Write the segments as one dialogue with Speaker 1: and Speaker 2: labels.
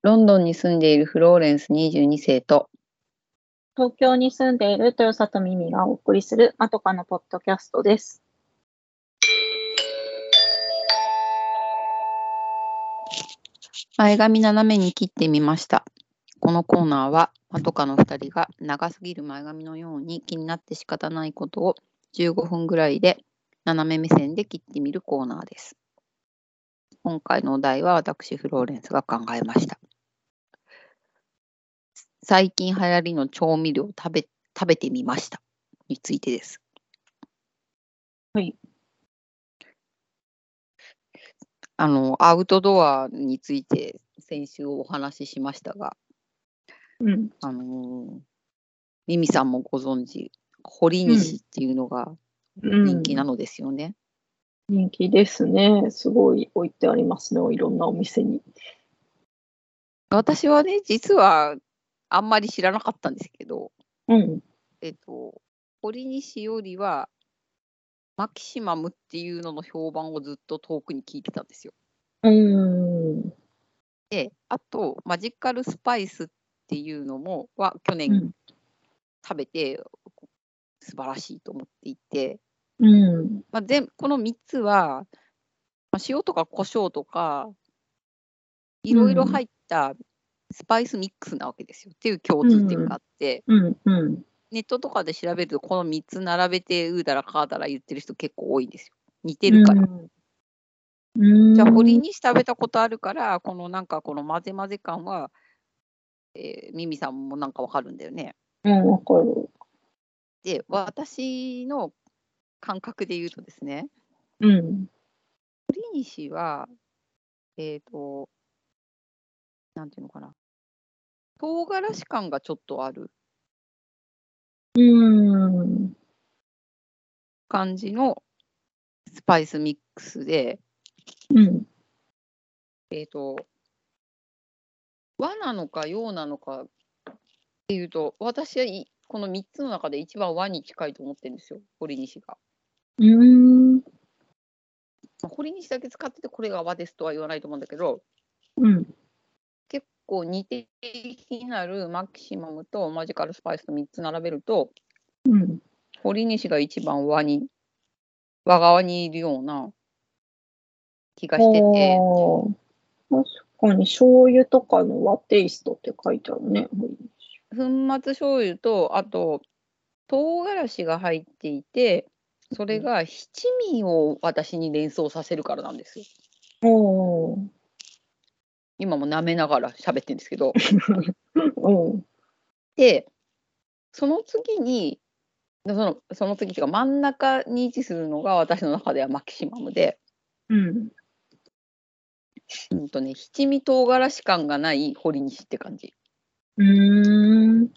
Speaker 1: ロンドンに住んでいるフローレンス22世と、
Speaker 2: 東京に住んでいる豊里美美がお送りするまとかのポッドキャストです。
Speaker 1: 前髪斜めに切ってみました。このコーナーは、マトカの2人が長すぎる前髪のように気になって仕方ないことを15分ぐらいで斜め目線で切ってみるコーナーです。今回のお題は私、フローレンスが考えました。最近流行りの調味料を食べ食べてみましたについてです。
Speaker 2: はい。
Speaker 1: あの、アウトドアについて先週お話ししましたが、
Speaker 2: うん。
Speaker 1: あのーミミさんもご存知、堀西っていうのが
Speaker 2: うん
Speaker 1: 人気なのですよね。
Speaker 2: 人気ですね。すごい置いてありますね。いろんなお店に。
Speaker 1: 私はね、実はあんまり知らなかったんですけど、
Speaker 2: うん。
Speaker 1: えっと、堀西よりは、マキシマムっていうのの評判をずっと遠くに聞いてたんですよ。
Speaker 2: うん。
Speaker 1: で、あと、マジカルスパイスっていうのもは去
Speaker 2: う
Speaker 1: 年
Speaker 2: ん。
Speaker 1: 食べて、素晴らしいと思っていて、
Speaker 2: うん。
Speaker 1: まあ、全この3つは、まあ、塩とか胡椒とかいろいろ入ったスパイスミックスなわけですよっていう共通点があって、
Speaker 2: うん。うん。
Speaker 1: ネットとかで調べるとこの3つ並べてうーだらかーだら言ってる人結構多いんですよ似てるから、
Speaker 2: うん。
Speaker 1: じゃあ堀に食べたことあるからこのなんかこの混ぜ混ぜ感は、えーミミさんもなんかわかるんだよね
Speaker 2: うん、わかる。
Speaker 1: で私の感覚で言うとですね、
Speaker 2: うん。
Speaker 1: 堀西は、えっ、と、なんていうのかな。唐辛子感がちょっとある
Speaker 2: うん。
Speaker 1: 感じのスパイスミックスで、
Speaker 2: うん。
Speaker 1: えっ、と、和なのか洋なのかっていうと、私はいこの3つの中で一番和に近いと思ってるんですよ、堀西が。
Speaker 2: うん。
Speaker 1: まあ堀西だけ使っててこれが和ですとは言わないと思うんだけど、
Speaker 2: うん。
Speaker 1: 結構似て非なるマキシマムとマジカルスパイスの3つ並べると、
Speaker 2: うん。
Speaker 1: 堀西が一番輪に、和側にいるような気がしてて、
Speaker 2: あー確かに醤油とかの和テイストって書いてあるね。
Speaker 1: 粉末醤油と、あと、唐辛子が入っていて、それが七味を私に連想させるからなんですよ。
Speaker 2: おー
Speaker 1: 今も舐めながら喋ってるんですけど。
Speaker 2: うん。
Speaker 1: で、その次に、そのその次っていうか真ん中に位置するのが私の中ではマキシマムで、
Speaker 2: うん。
Speaker 1: うんとね、七味唐辛子感がない堀西って感じ。
Speaker 2: うーん。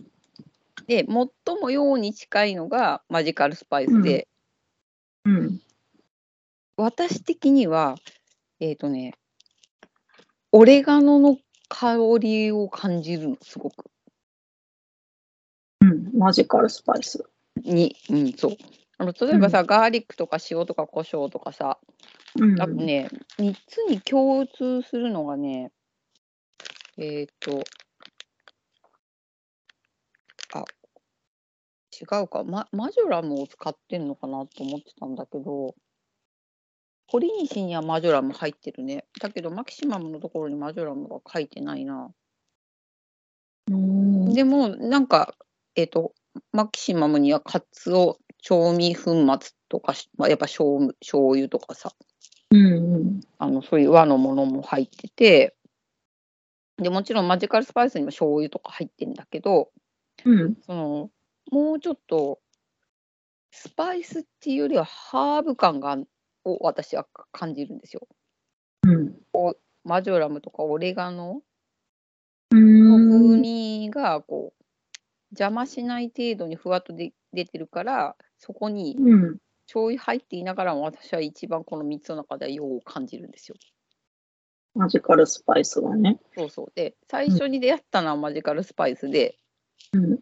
Speaker 1: で最も洋に近いのがマジカルスパイスで、
Speaker 2: うん。
Speaker 1: 私的にはえっ、とねオレガノの香りを感じるのすごく
Speaker 2: うん。マジカルスパイス。
Speaker 1: にうんそうあの例えばさ、ガーリックとか塩とか胡椒とかさ
Speaker 2: うん。
Speaker 1: あとね、3つに共通するのがねえっ、とあ違うか、ま、マジョラムを使ってんのかなと思ってたんだけど堀西にはマジョラム入ってるねだけどマキシマムのところにマジョラムが書いてないな
Speaker 2: うん。
Speaker 1: でもなんかえっ、とマキシマムにはカツオ調味粉末とかし、まあ、やっぱ醤油醤油とかさ
Speaker 2: うんうん。
Speaker 1: あのそういう和のものも入っててでもちろんマジカルスパイスにも醤油とか入ってんだけど
Speaker 2: うん。
Speaker 1: そのもうちょっとスパイスっていうよりはハーブ感がを私は感じるんですよ。
Speaker 2: うん。
Speaker 1: マジョラムとかオレガノ
Speaker 2: う
Speaker 1: の風
Speaker 2: ん。
Speaker 1: 味がこう邪魔しない程度にふわっとで出てるからそこに
Speaker 2: うん。
Speaker 1: 醤油入っていながらも私は一番この3つの中では用を感じるんですよ。
Speaker 2: マジカルスパイスがね。
Speaker 1: そうそうで最初に出会ったのはマジカルスパイスで、
Speaker 2: うん。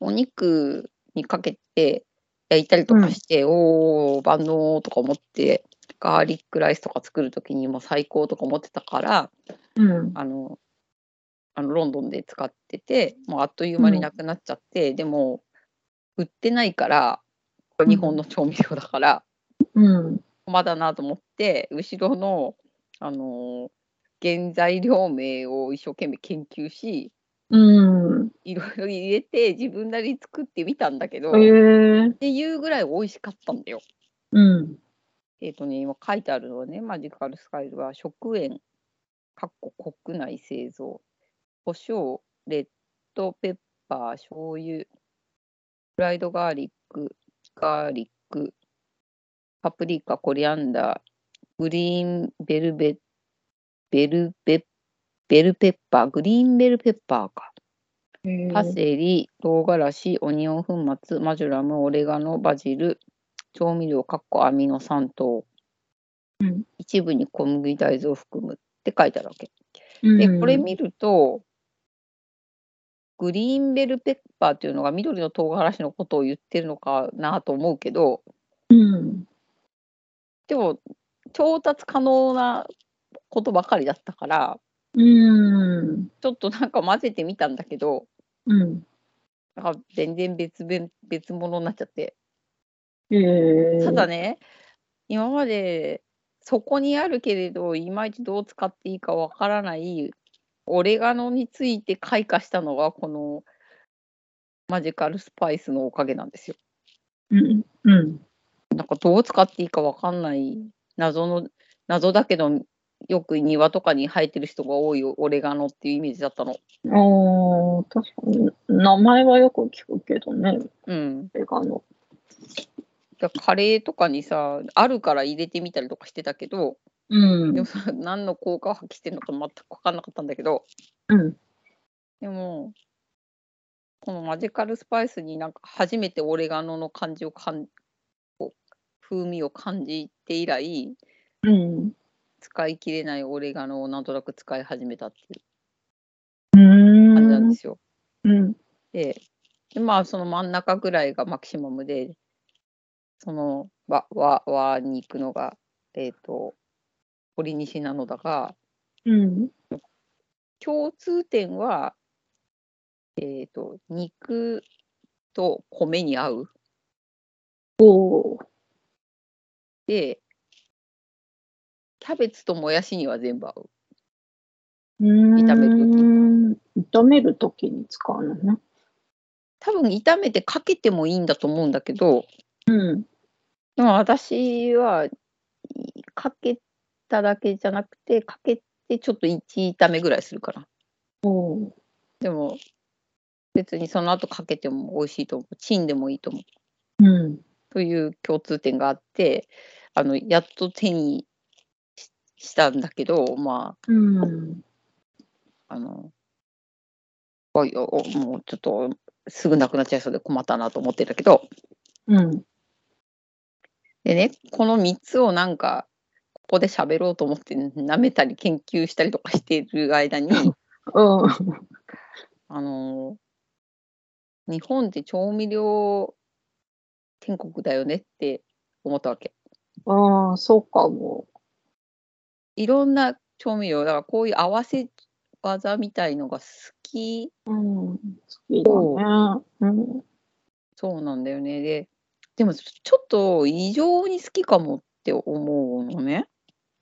Speaker 1: お肉にかけて焼いたりとかして、おー万能とか思ってガーリックライスとか作る時にもう最高とか思ってたから
Speaker 2: うん。
Speaker 1: あのあのロンドンで使っててもうあっという間になくなっちゃって、でも売ってないからこれ日本の調味料だから
Speaker 2: うん。
Speaker 1: 駒だなと思って後ろの、あのー原材料名を一生懸命研究し
Speaker 2: うん。
Speaker 1: いろいろ入れて自分なりに作ってみたんだけど、っ
Speaker 2: へえ。
Speaker 1: ていうぐらい美味しかったんだよ。
Speaker 2: うん。
Speaker 1: えっ、とね、今書いてあるのはね、マジカルスカイルは食塩、かっこ国内製造、胡椒、レッドペッパー、醤油、フライドガーリック、ガーリック、パプリカ、コリアンダー、グリーンベルベ、ベルベ、ベルペッパー、グリーンベルペッパーか。パセリ、唐辛子、オニオン粉末、マジュラム、オレガノ、バジル、調味料、カッコアミノ酸等、
Speaker 2: うん
Speaker 1: 一部に小麦大豆を含むって書いてあるわけ。
Speaker 2: うん
Speaker 1: で、これ見ると、グリーンベルペッパーっていうのが緑の唐辛子のことを言ってるのかなと思うけど、
Speaker 2: うん。
Speaker 1: でも、調達可能なことばかりだったから、
Speaker 2: うん。
Speaker 1: ちょっとなんか混ぜてみたんだけど、
Speaker 2: うん。
Speaker 1: なんか全然別別別物になっちゃって。
Speaker 2: へえ。
Speaker 1: ただね、今までそこにあるけれど、いまいちどう使っていいかわからないオレガノについて開花したのは、このマジカルスパイスのおかげなんですよ。
Speaker 2: うん。うん。
Speaker 1: なんかどう使っていいかわかんない謎の、謎だけど、よく庭とかに生えてる人が多いオレガノっていうイメージだったの。
Speaker 2: ああ、確かに。名前はよく聞くけどね、
Speaker 1: うん。
Speaker 2: 映画の。
Speaker 1: だからカレーとかにさ、あるから入れてみたりとかしてたけど、
Speaker 2: うん
Speaker 1: でもさ 何の効果を発揮してるのか全く分かんなかったんだけど、
Speaker 2: うん。
Speaker 1: でも、このマジカルスパイスになんか初めてオレガノの感じをかん、こう風味を感じて以来、
Speaker 2: うん。
Speaker 1: 使い切れないオレガノをなんとなく使い始めたっていう感じなん
Speaker 2: う
Speaker 1: ですよ。
Speaker 2: ん。
Speaker 1: で、でまあその真ん中ぐらいがマキシマムで、その和和和に行くのが、えっ、と、堀西なのだが、
Speaker 2: うん。
Speaker 1: 共通点は、えっ、と、肉と米に合う。
Speaker 2: おー
Speaker 1: で、キャベツともやしには全部合う。
Speaker 2: 炒
Speaker 1: め
Speaker 2: るとき。炒めるときに使うのね。
Speaker 1: 多分炒めてかけてもいいんだと思うんだけど、
Speaker 2: うん。
Speaker 1: でも私はいかけただけじゃなくて、かけてちょっと1炒めぐらいするから。
Speaker 2: おー
Speaker 1: でも、別にその後かけても美味しいと思う。チンでもいいと思う。
Speaker 2: うん。
Speaker 1: という共通点があって、あの、やっと手にししたんだけど、まあ、
Speaker 2: うん。
Speaker 1: あの、おいおおもうちょっとすぐなくなっちゃいそうで困ったなと思ってたけど、
Speaker 2: うん。
Speaker 1: でね、この3つをなんか、ここで喋ろうと思って、舐めたり研究したりとかしている間に、
Speaker 2: うん。
Speaker 1: あの、日本って調味料天国だよねって思ったわけ。
Speaker 2: ああ、そうかも。
Speaker 1: いろんな調味料、だからこういう合わせ技みたいのが好き
Speaker 2: うん。好きだね。うん。
Speaker 1: そうなんだよね。で、でもちょっと異常に好きかもって思うのね。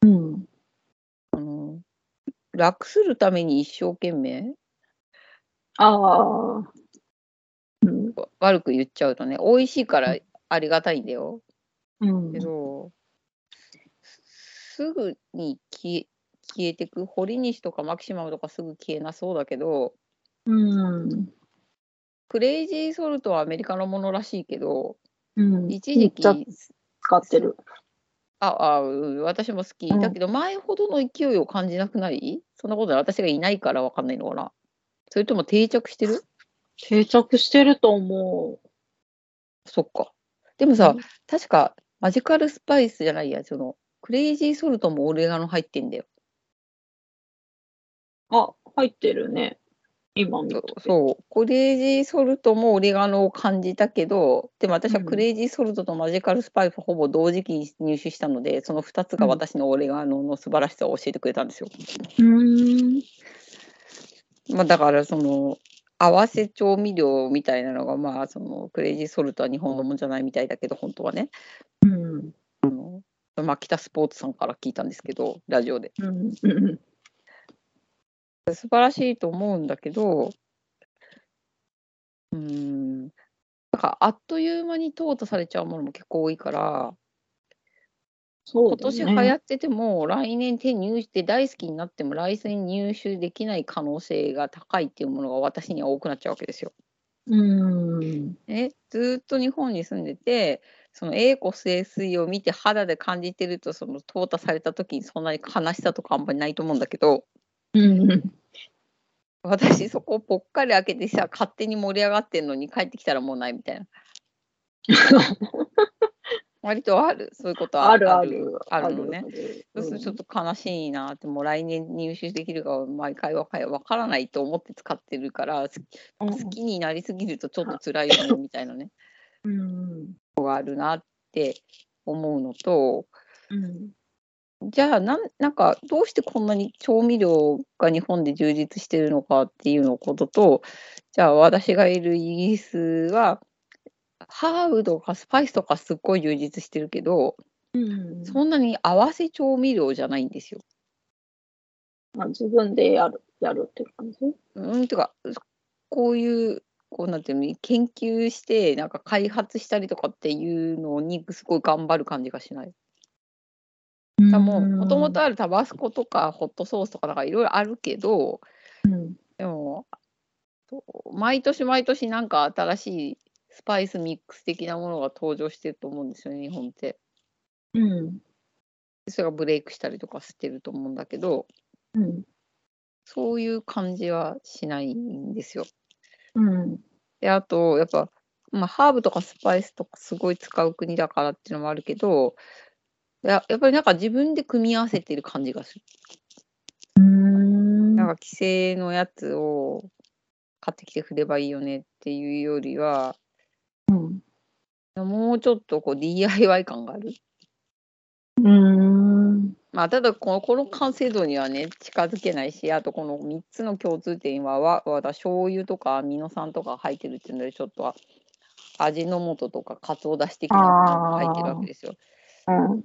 Speaker 2: うん。
Speaker 1: あの楽するために一生懸命
Speaker 2: ああ。うん。
Speaker 1: わ悪く言っちゃうとね美味しいからありがたいんだよ
Speaker 2: うん
Speaker 1: け。どすすぐに消え消えてく堀西とかマキシマムとかすぐ消えなそうだけど
Speaker 2: うん。
Speaker 1: クレイジーソルトはアメリカのものらしいけど
Speaker 2: うん。
Speaker 1: 一時期
Speaker 2: めっちゃ使ってる。
Speaker 1: ああうん私も好き、
Speaker 2: うん
Speaker 1: だけど前ほどの勢いを感じなくないそんなことない私がいないからわかんないのかなそれとも定着してる
Speaker 2: 定着してると思う。
Speaker 1: そっかでもさ、
Speaker 2: うん
Speaker 1: 確かマジカルスパイスじゃないやそのクレイジーソルトもオレガノ入ってんだよ
Speaker 2: あ、入ってるね。今見たけど
Speaker 1: そうクレイジーソルトもオレガノを感じたけどでも私は
Speaker 2: うん
Speaker 1: クレイジーソルトとマジカルスパイスほぼ同時期に入手したのでその2つが
Speaker 2: うん
Speaker 1: 私のオレガノの素晴らしさを教えてくれたんですよ、
Speaker 2: うーん。
Speaker 1: まあ、だからその合わせ調味料みたいなのがまあそのクレイジーソルトは日本のもんじゃないみたいだけど本当はね
Speaker 2: うん。
Speaker 1: まあ北スポーツさんから聞いたんですけどラジオで
Speaker 2: うん。うん。
Speaker 1: 素晴らしいと思うんだけどうーんなんかあっという間に淘汰されちゃうものも結構多いから今
Speaker 2: そうだね。
Speaker 1: 年流行ってても来年手入手して大好きになっても来年入手できない可能性が高いっていうものが私には多くなっちゃうわけですよ。
Speaker 2: うん。
Speaker 1: ね、ずーっと日本に住んでてその栄枯盛衰を見て肌で感じてるとその淘汰された時にそんなに悲しさとかあんまりないと思うんだけど
Speaker 2: うん。
Speaker 1: 私そこをぽっかり開けてさ勝手に盛り上がってんのに帰ってきたらもうないみたいな 割とあるそういうことは
Speaker 2: あるある。
Speaker 1: あるのね。そうするとちょっ
Speaker 2: と。
Speaker 1: と悲しいなって、もう来年入手できるかは毎回わかわからないと思って使ってるから、す
Speaker 2: うん
Speaker 1: 好きになりすぎるとちょっと辛いよねみたいなね、
Speaker 2: うん。
Speaker 1: あるなって思うのと、
Speaker 2: うん。
Speaker 1: じゃあなん、なんかどうしてこんなに調味料が日本で充実してるのかっていうのことと、じゃあ私がいるイギリスは、ハーブとかスパイスとかすっごい充実してるけど、
Speaker 2: うん。
Speaker 1: そんなに合わせ調味料じゃないんですよ。
Speaker 2: あ自分でやる、やるって感じ
Speaker 1: うん、てか、こういう、こうなんていうの、研究して、なんか開発したりとかっていうのに、すごい頑張る感じがしない。だもう、もともとあるタバスコとか、ホットソースとか、なんかいろいろあるけど、
Speaker 2: うん。
Speaker 1: でも、そう毎年毎年、なんか新しいスパイスミックス的なものが登場してると思うんですよね、日本って。
Speaker 2: うん。
Speaker 1: それがブレイクしたりとかしてると思うんだけど、
Speaker 2: うん。
Speaker 1: そういう感じはしないんですよ。
Speaker 2: うん。
Speaker 1: で、あと、やっぱ、まあ、ハーブとかスパイスとかすごい使う国だからっていうのもあるけど、ややっぱりなんか自分で組み合わせてる感じがする。
Speaker 2: うん
Speaker 1: なんか既製のやつを買ってきて振ればいいよねっていうよりは、
Speaker 2: うん。
Speaker 1: もうちょっとこう DIY 感がある。
Speaker 2: うん。
Speaker 1: まあ、ただこの、この完成度にはね、近づけないし、あとこの3つの共通点は、わわだ醤油とかアミノ酸とか入ってるっていうので、ちょっとは味の素とか、かつおだし的なものが入ってるわけですよ。
Speaker 2: うん。
Speaker 1: うん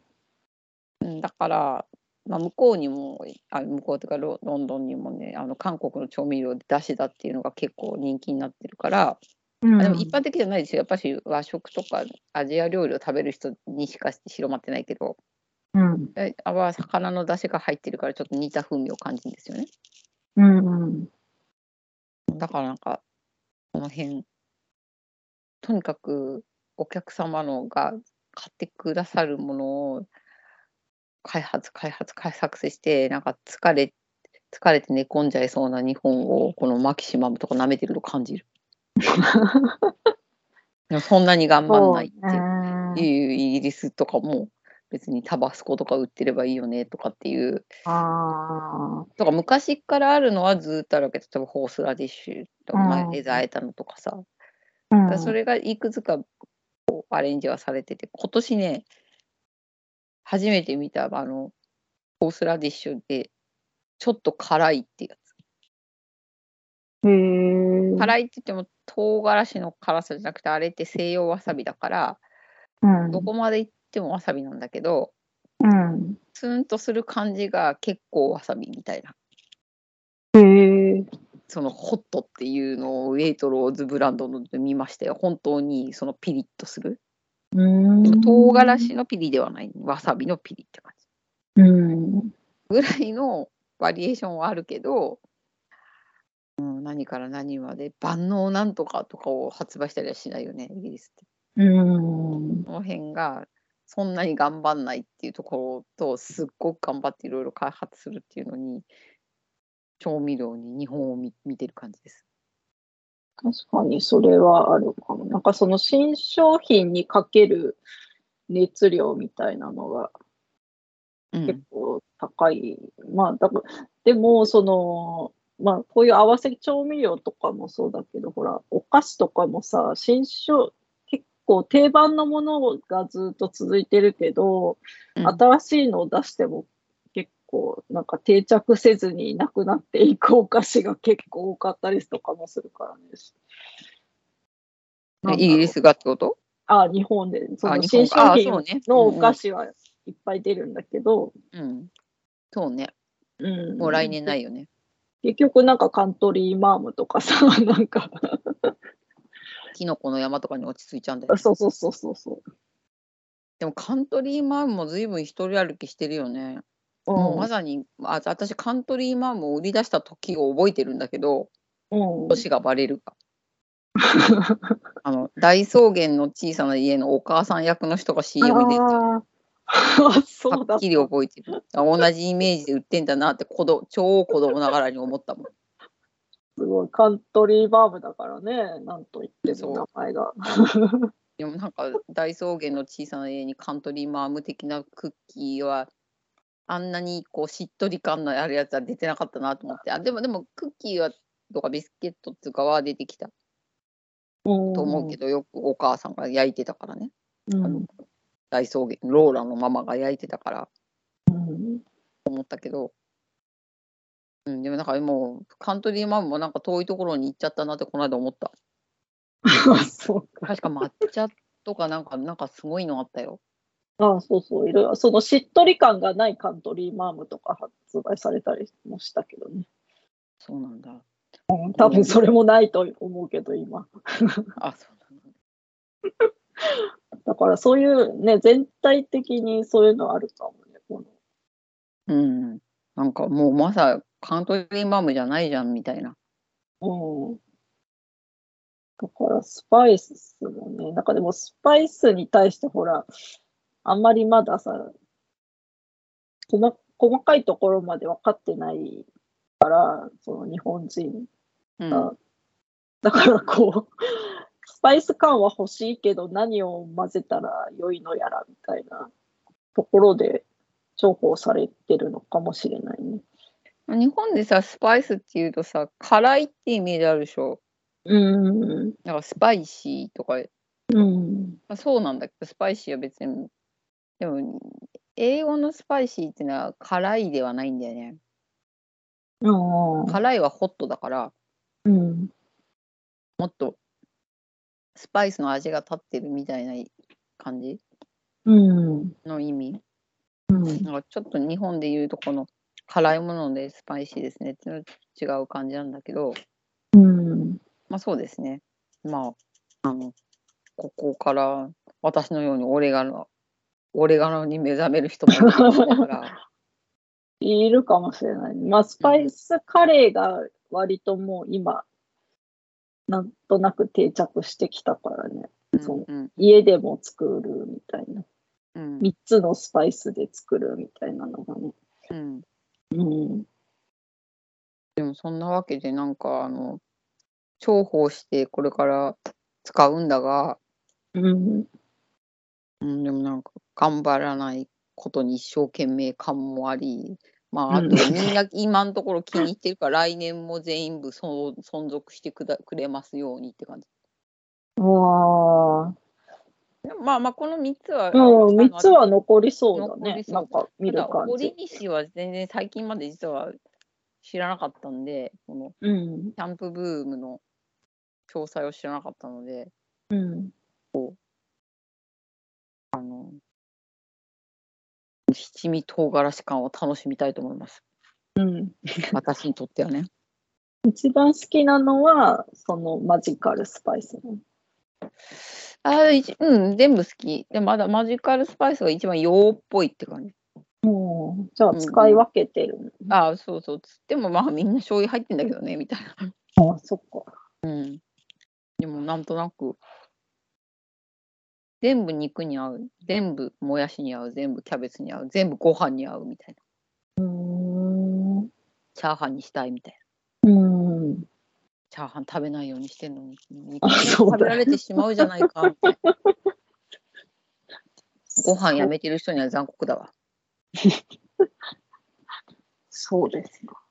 Speaker 1: だから、まあ、向こうにもあ向こうというかロロンドンにもねあの韓国の調味料で出汁だっていうのが結構人気になってるから、
Speaker 2: うん
Speaker 1: あでも一般的じゃないですよやっぱり和食とかアジア料理を食べる人にしか広まってないけど
Speaker 2: うん。
Speaker 1: えあは魚の出汁が入ってるからちょっと似た風味を感じるんですよね
Speaker 2: うん。
Speaker 1: だからなんかこの辺とにかくお客様のが買ってくださるものを開発開発開発してなんか疲れ疲れて寝込んじゃいそうな日本をこのマキシマムとか舐めてると感じるでもそんなに頑張んないって
Speaker 2: ね。
Speaker 1: いうイギリスとかも別にタバスコとか売ってればいいよねとかっていう
Speaker 2: ああ。
Speaker 1: とか昔からあるのはずっとあるわけ例えばホースラディッシュとかまあ
Speaker 2: うん
Speaker 1: レザーエタノとかさ
Speaker 2: う
Speaker 1: だから
Speaker 2: ん。
Speaker 1: それがいくつかこうアレンジはされてて、今年ね、初めて見た、あの、ホースラディッシュで、ちょっと辛いってやつ。
Speaker 2: へえ。
Speaker 1: 辛いって言っても、唐辛子の辛さじゃなくて、あれって西洋わさびだから、
Speaker 2: うん。
Speaker 1: どこまで行ってもわさびなんだけど、
Speaker 2: うん。
Speaker 1: ツーンとする感じが結構わさびみたいな。
Speaker 2: へえ。
Speaker 1: そのホットっていうのをウェイトローズブランドので見ましたよ。本当にそのピリッとする。
Speaker 2: う
Speaker 1: でも
Speaker 2: ん。
Speaker 1: 唐辛子のピリではない、わさびのピリって感じ。
Speaker 2: うん。
Speaker 1: ぐらいのバリエーションはあるけど、うん、何から何まで万能なんとかとかを発売したりはしないよねイギリスって。
Speaker 2: うん。
Speaker 1: この辺がそんなに頑張んないっていうところとすっごく頑張っていろいろ開発するっていうのに調味料に日本を見見てる感じです。
Speaker 2: 確かにそれはあるかも。なんかその新商品にかける熱量みたいなのが
Speaker 1: う
Speaker 2: 結
Speaker 1: ん、
Speaker 2: 構高い。まあ、だから、でも、その、まあ、こういう合わせ調味料とかもそうだけど、ほら、お菓子とかもさ、新商、結構定番のものがずっと続いてるけど、
Speaker 1: うん
Speaker 2: 新しいのを出しても結こう、なんか定着せずになくなっていくお菓子が結構多かったりとかもするからね。なん
Speaker 1: イ
Speaker 2: だろ
Speaker 1: ギ
Speaker 2: う
Speaker 1: リスがってこと
Speaker 2: あ、日本で、そ
Speaker 1: あ
Speaker 2: の
Speaker 1: 日本
Speaker 2: 新
Speaker 1: か
Speaker 2: 商
Speaker 1: あ
Speaker 2: 品
Speaker 1: そうね
Speaker 2: のお菓子はいっぱい出るんだけど、
Speaker 1: うん。そうね。
Speaker 2: うん
Speaker 1: もう来年ないよね。
Speaker 2: 結局なんかカントリーマームとかさ、 なんか、
Speaker 1: キノコの山とかに落ち着いちゃうんだよ。
Speaker 2: そうそうそうそうそう。
Speaker 1: でもカントリーマームも随分一人歩きしてるよね。
Speaker 2: う
Speaker 1: もうま
Speaker 2: ん
Speaker 1: さにあ私カントリーマームを売り出した時を覚えてるんだけど
Speaker 2: うん、
Speaker 1: 年がバレる か。あの大草原の小さな家のお母さん役の人が CM では
Speaker 2: あー そうだ
Speaker 1: っ
Speaker 2: った
Speaker 1: きり覚えてる。あ同じイメージで売ってんだなって子供超子供ながらに思ったもん。
Speaker 2: すごいカントリーバームだからね、なんと言って
Speaker 1: そう
Speaker 2: も名前が。
Speaker 1: でもなんか大草原の小さな家にカントリーマーム的なクッキーはあんなにこうしっとり感のあるやつは出てなかったなと思ってあでもでもクッキーはとかビスケットっていうかは出てきた
Speaker 2: と
Speaker 1: と思うけどよくお母さんが焼いてたからね
Speaker 2: ど、うん
Speaker 1: の大草原ローラのママが焼いてたから
Speaker 2: うん
Speaker 1: 思ったけど、うん、でもなんかもうカントリーマームもなんか遠いところに行っちゃったなってこの間思った
Speaker 2: あそうか。
Speaker 1: 確か抹茶とかなんかなんかすごいのあったよ
Speaker 2: あそうそう、いろいろ。そのしっとり感がないカントリーマームとか発売されたりもしたけどね。
Speaker 1: そうなんだ
Speaker 2: 多分それもないと思うけど、今。
Speaker 1: あそうなんだ
Speaker 2: だからそういうね、全体的にそういうのあるかもね。この
Speaker 1: うん、なんかもうまさカントリーマームじゃないじゃんみたいな。
Speaker 2: うんだからスパイスもね、なんかでもスパイスに対してほら、あんまりまださ、細細かいところまで分かってないから、その日本人。
Speaker 1: うん、
Speaker 2: あだからこう、スパイス感は欲しいけど、何を混ぜたら良いのやらみたいなところで重宝されてるのかもしれないね。
Speaker 1: 日本でさスパイスっていうとさ辛いってイメージあるでしょ
Speaker 2: うん。
Speaker 1: なんかスパイシーとか、
Speaker 2: うん。
Speaker 1: まあ、そうなんだけどスパイシーは別にでも英語のスパイシーっていうのは辛いではないんだよね
Speaker 2: ああ。
Speaker 1: 辛いはホットだから
Speaker 2: うん。
Speaker 1: もっとスパイスの味が立ってるみたいな感じ
Speaker 2: うん。
Speaker 1: の意味
Speaker 2: うん。
Speaker 1: なんかちょっと日本でいうとこの辛いものでスパイシーですねっていうのと違う感じなんだけど、
Speaker 2: うん。
Speaker 1: まあそうですね。まあ、あの、ここから私のようにオレガノ、オレガノに目覚める人もいるだから、
Speaker 2: いるかもしれない。まあ、スパイスカレーが割ともう今、なんとなく定着してきたからね。 そう
Speaker 1: うん
Speaker 2: 家でも作るみたいな。
Speaker 1: うん
Speaker 2: 3つのスパイスで作るみたいなのがね。
Speaker 1: うん。
Speaker 2: うん。
Speaker 1: でもそんなわけで、なんかあの、重宝してこれから使うんだが、
Speaker 2: うん。
Speaker 1: うん、でもなんか頑張らないことに一生懸命感もあり、まあ、あ
Speaker 2: う
Speaker 1: と
Speaker 2: ん
Speaker 1: みんな今のところ気に入ってるから、来年も全部そ存続してくだくれますようにって感じ。
Speaker 2: わあ。
Speaker 1: でもまあまあ、この3つは。
Speaker 2: うん、3つは
Speaker 1: ね。
Speaker 2: 残りそうだ
Speaker 1: 残り
Speaker 2: ね。
Speaker 1: そう
Speaker 2: なんか見
Speaker 1: た
Speaker 2: る
Speaker 1: だ、
Speaker 2: 感
Speaker 1: 堀
Speaker 2: じ。
Speaker 1: 西は全然最近まで実は知らなかったんで、この
Speaker 2: うん。
Speaker 1: キャンプブームの詳細を知らなかったので、
Speaker 2: うん。
Speaker 1: 七味唐辛子感を楽しみたいと思います。
Speaker 2: うん。
Speaker 1: 私にとってはね。
Speaker 2: 一番好きなのは、そのマジカルスパイスね。
Speaker 1: あーいちうん、全部好き。でまだマジカルスパイスが一番洋っぽいって感じ。
Speaker 2: うん。じゃあ、使い分けてるの
Speaker 1: ああ、そうそう。つってもまあみんな醤油入ってんだけどね、みたいな。
Speaker 2: あ、そっか。
Speaker 1: うん。でもなんとなく、全部肉に合う、全部もやしに合う、全部キャベツに合う、全部ご飯に合うみたいな。
Speaker 2: うーん。う
Speaker 1: チャーハンにしたいみたいな。
Speaker 2: ーん。
Speaker 1: チャーハン食べないようにしてんのに、肉
Speaker 2: あそうだ
Speaker 1: 食べられてしまうじゃないか。みたいなご飯やめてる人には残酷だわ。
Speaker 2: そうですか。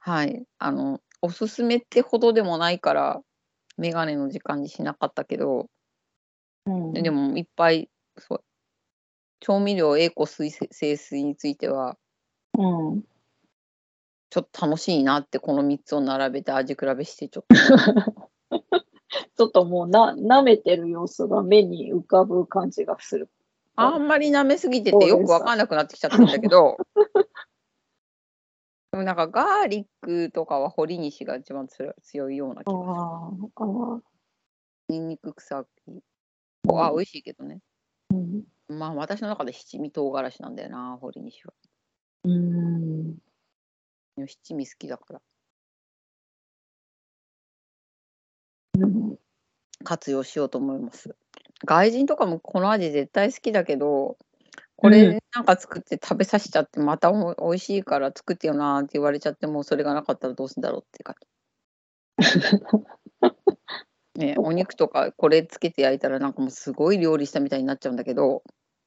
Speaker 1: はい、あのおすすめってほどでもないからメガネの時間にしなかったけど、
Speaker 2: うん
Speaker 1: でもいっぱいそう調味料栄子水生水については
Speaker 2: うん。
Speaker 1: ちょっと楽しいなってこの3つを並べて味比べしてちょっと
Speaker 2: ちょっともうな、舐めてる様子が目に浮かぶ感じがする。
Speaker 1: あんまり舐めすぎててよくわかんなくなってきちゃったんだけど でもなんかガーリックとかは堀西が一番つら強いような気
Speaker 2: あ
Speaker 1: がする
Speaker 2: あ、ああ、
Speaker 1: ニンニク臭きは美味しいけどね
Speaker 2: うん。
Speaker 1: まあ私の中で七味唐辛子なんだよな堀西は
Speaker 2: うん。
Speaker 1: 七味好きだから
Speaker 2: うん
Speaker 1: 活用しようと思います。外人とかもこの味絶対好きだけど、これなんか作って食べさせちゃって、またお美味しいから作ってよなーって言われちゃって、もうそれがなかったらどうすんだろうって感 じ。ね、お肉とかこれつけて焼いたらなんかもうすごい料理したみたいになっちゃうんだけど、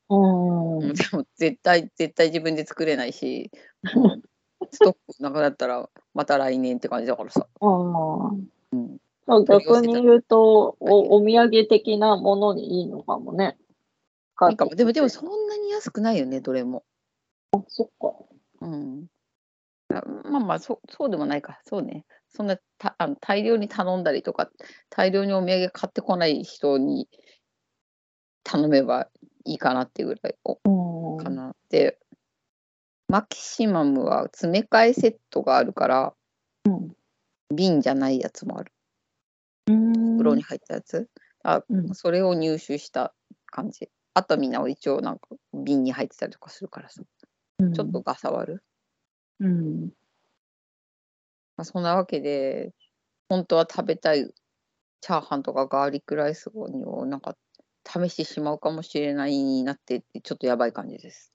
Speaker 2: うん
Speaker 1: でも絶対絶対自分で作れないし、 もうストックなくなったらまた来年って感じだからさ。
Speaker 2: ああ。
Speaker 1: うん
Speaker 2: まあ、逆に言うとお、お土産的なものにいいのかもね。
Speaker 1: いいかもでもでもそんなに安くないよねどれも。
Speaker 2: そっか。
Speaker 1: うん。あまあまあそう、そうでもないか、そうね。そんなたあの大量に頼んだりとか、大量にお土産買ってこない人に頼めばいいかなっていうぐらいお
Speaker 2: うん。
Speaker 1: かな。で、マキシマムは詰め替えセットがあるから、
Speaker 2: うん
Speaker 1: 瓶じゃないやつもある。
Speaker 2: うん
Speaker 1: 袋に入ったやつ。あ
Speaker 2: うん
Speaker 1: それを入手した感じ。あとみんなは一応なんか瓶に入ってたりとかするからさ、
Speaker 2: うん
Speaker 1: ちょっとガサ割る。
Speaker 2: うん。
Speaker 1: まあ、そんなわけで、本当は食べたいチャーハンとかガーリックライスをなんか試してしまうかもしれないなってって、ちょっとやばい感じです。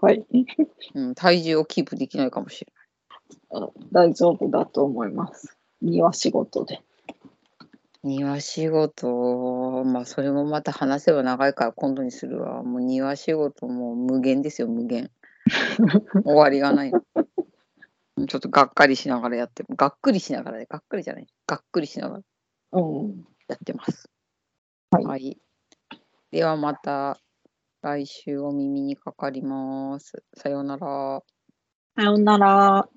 Speaker 2: はい。
Speaker 1: うん、体重をキープできないかもしれ
Speaker 2: 大丈夫だと思います。庭仕事で。
Speaker 1: ない。庭仕事、まあそれもまた話せば長いから今度にするわ。もう庭仕事も無限ですよ、無 限。終わりがない。ちょっとがっかりしながらやってる。がっくりしながらね、がっかりじゃない。がっくりしながら。
Speaker 2: うん。
Speaker 1: やってます。
Speaker 2: はい
Speaker 1: ではまた来週お耳にかかります。さようなら。
Speaker 2: さようなら。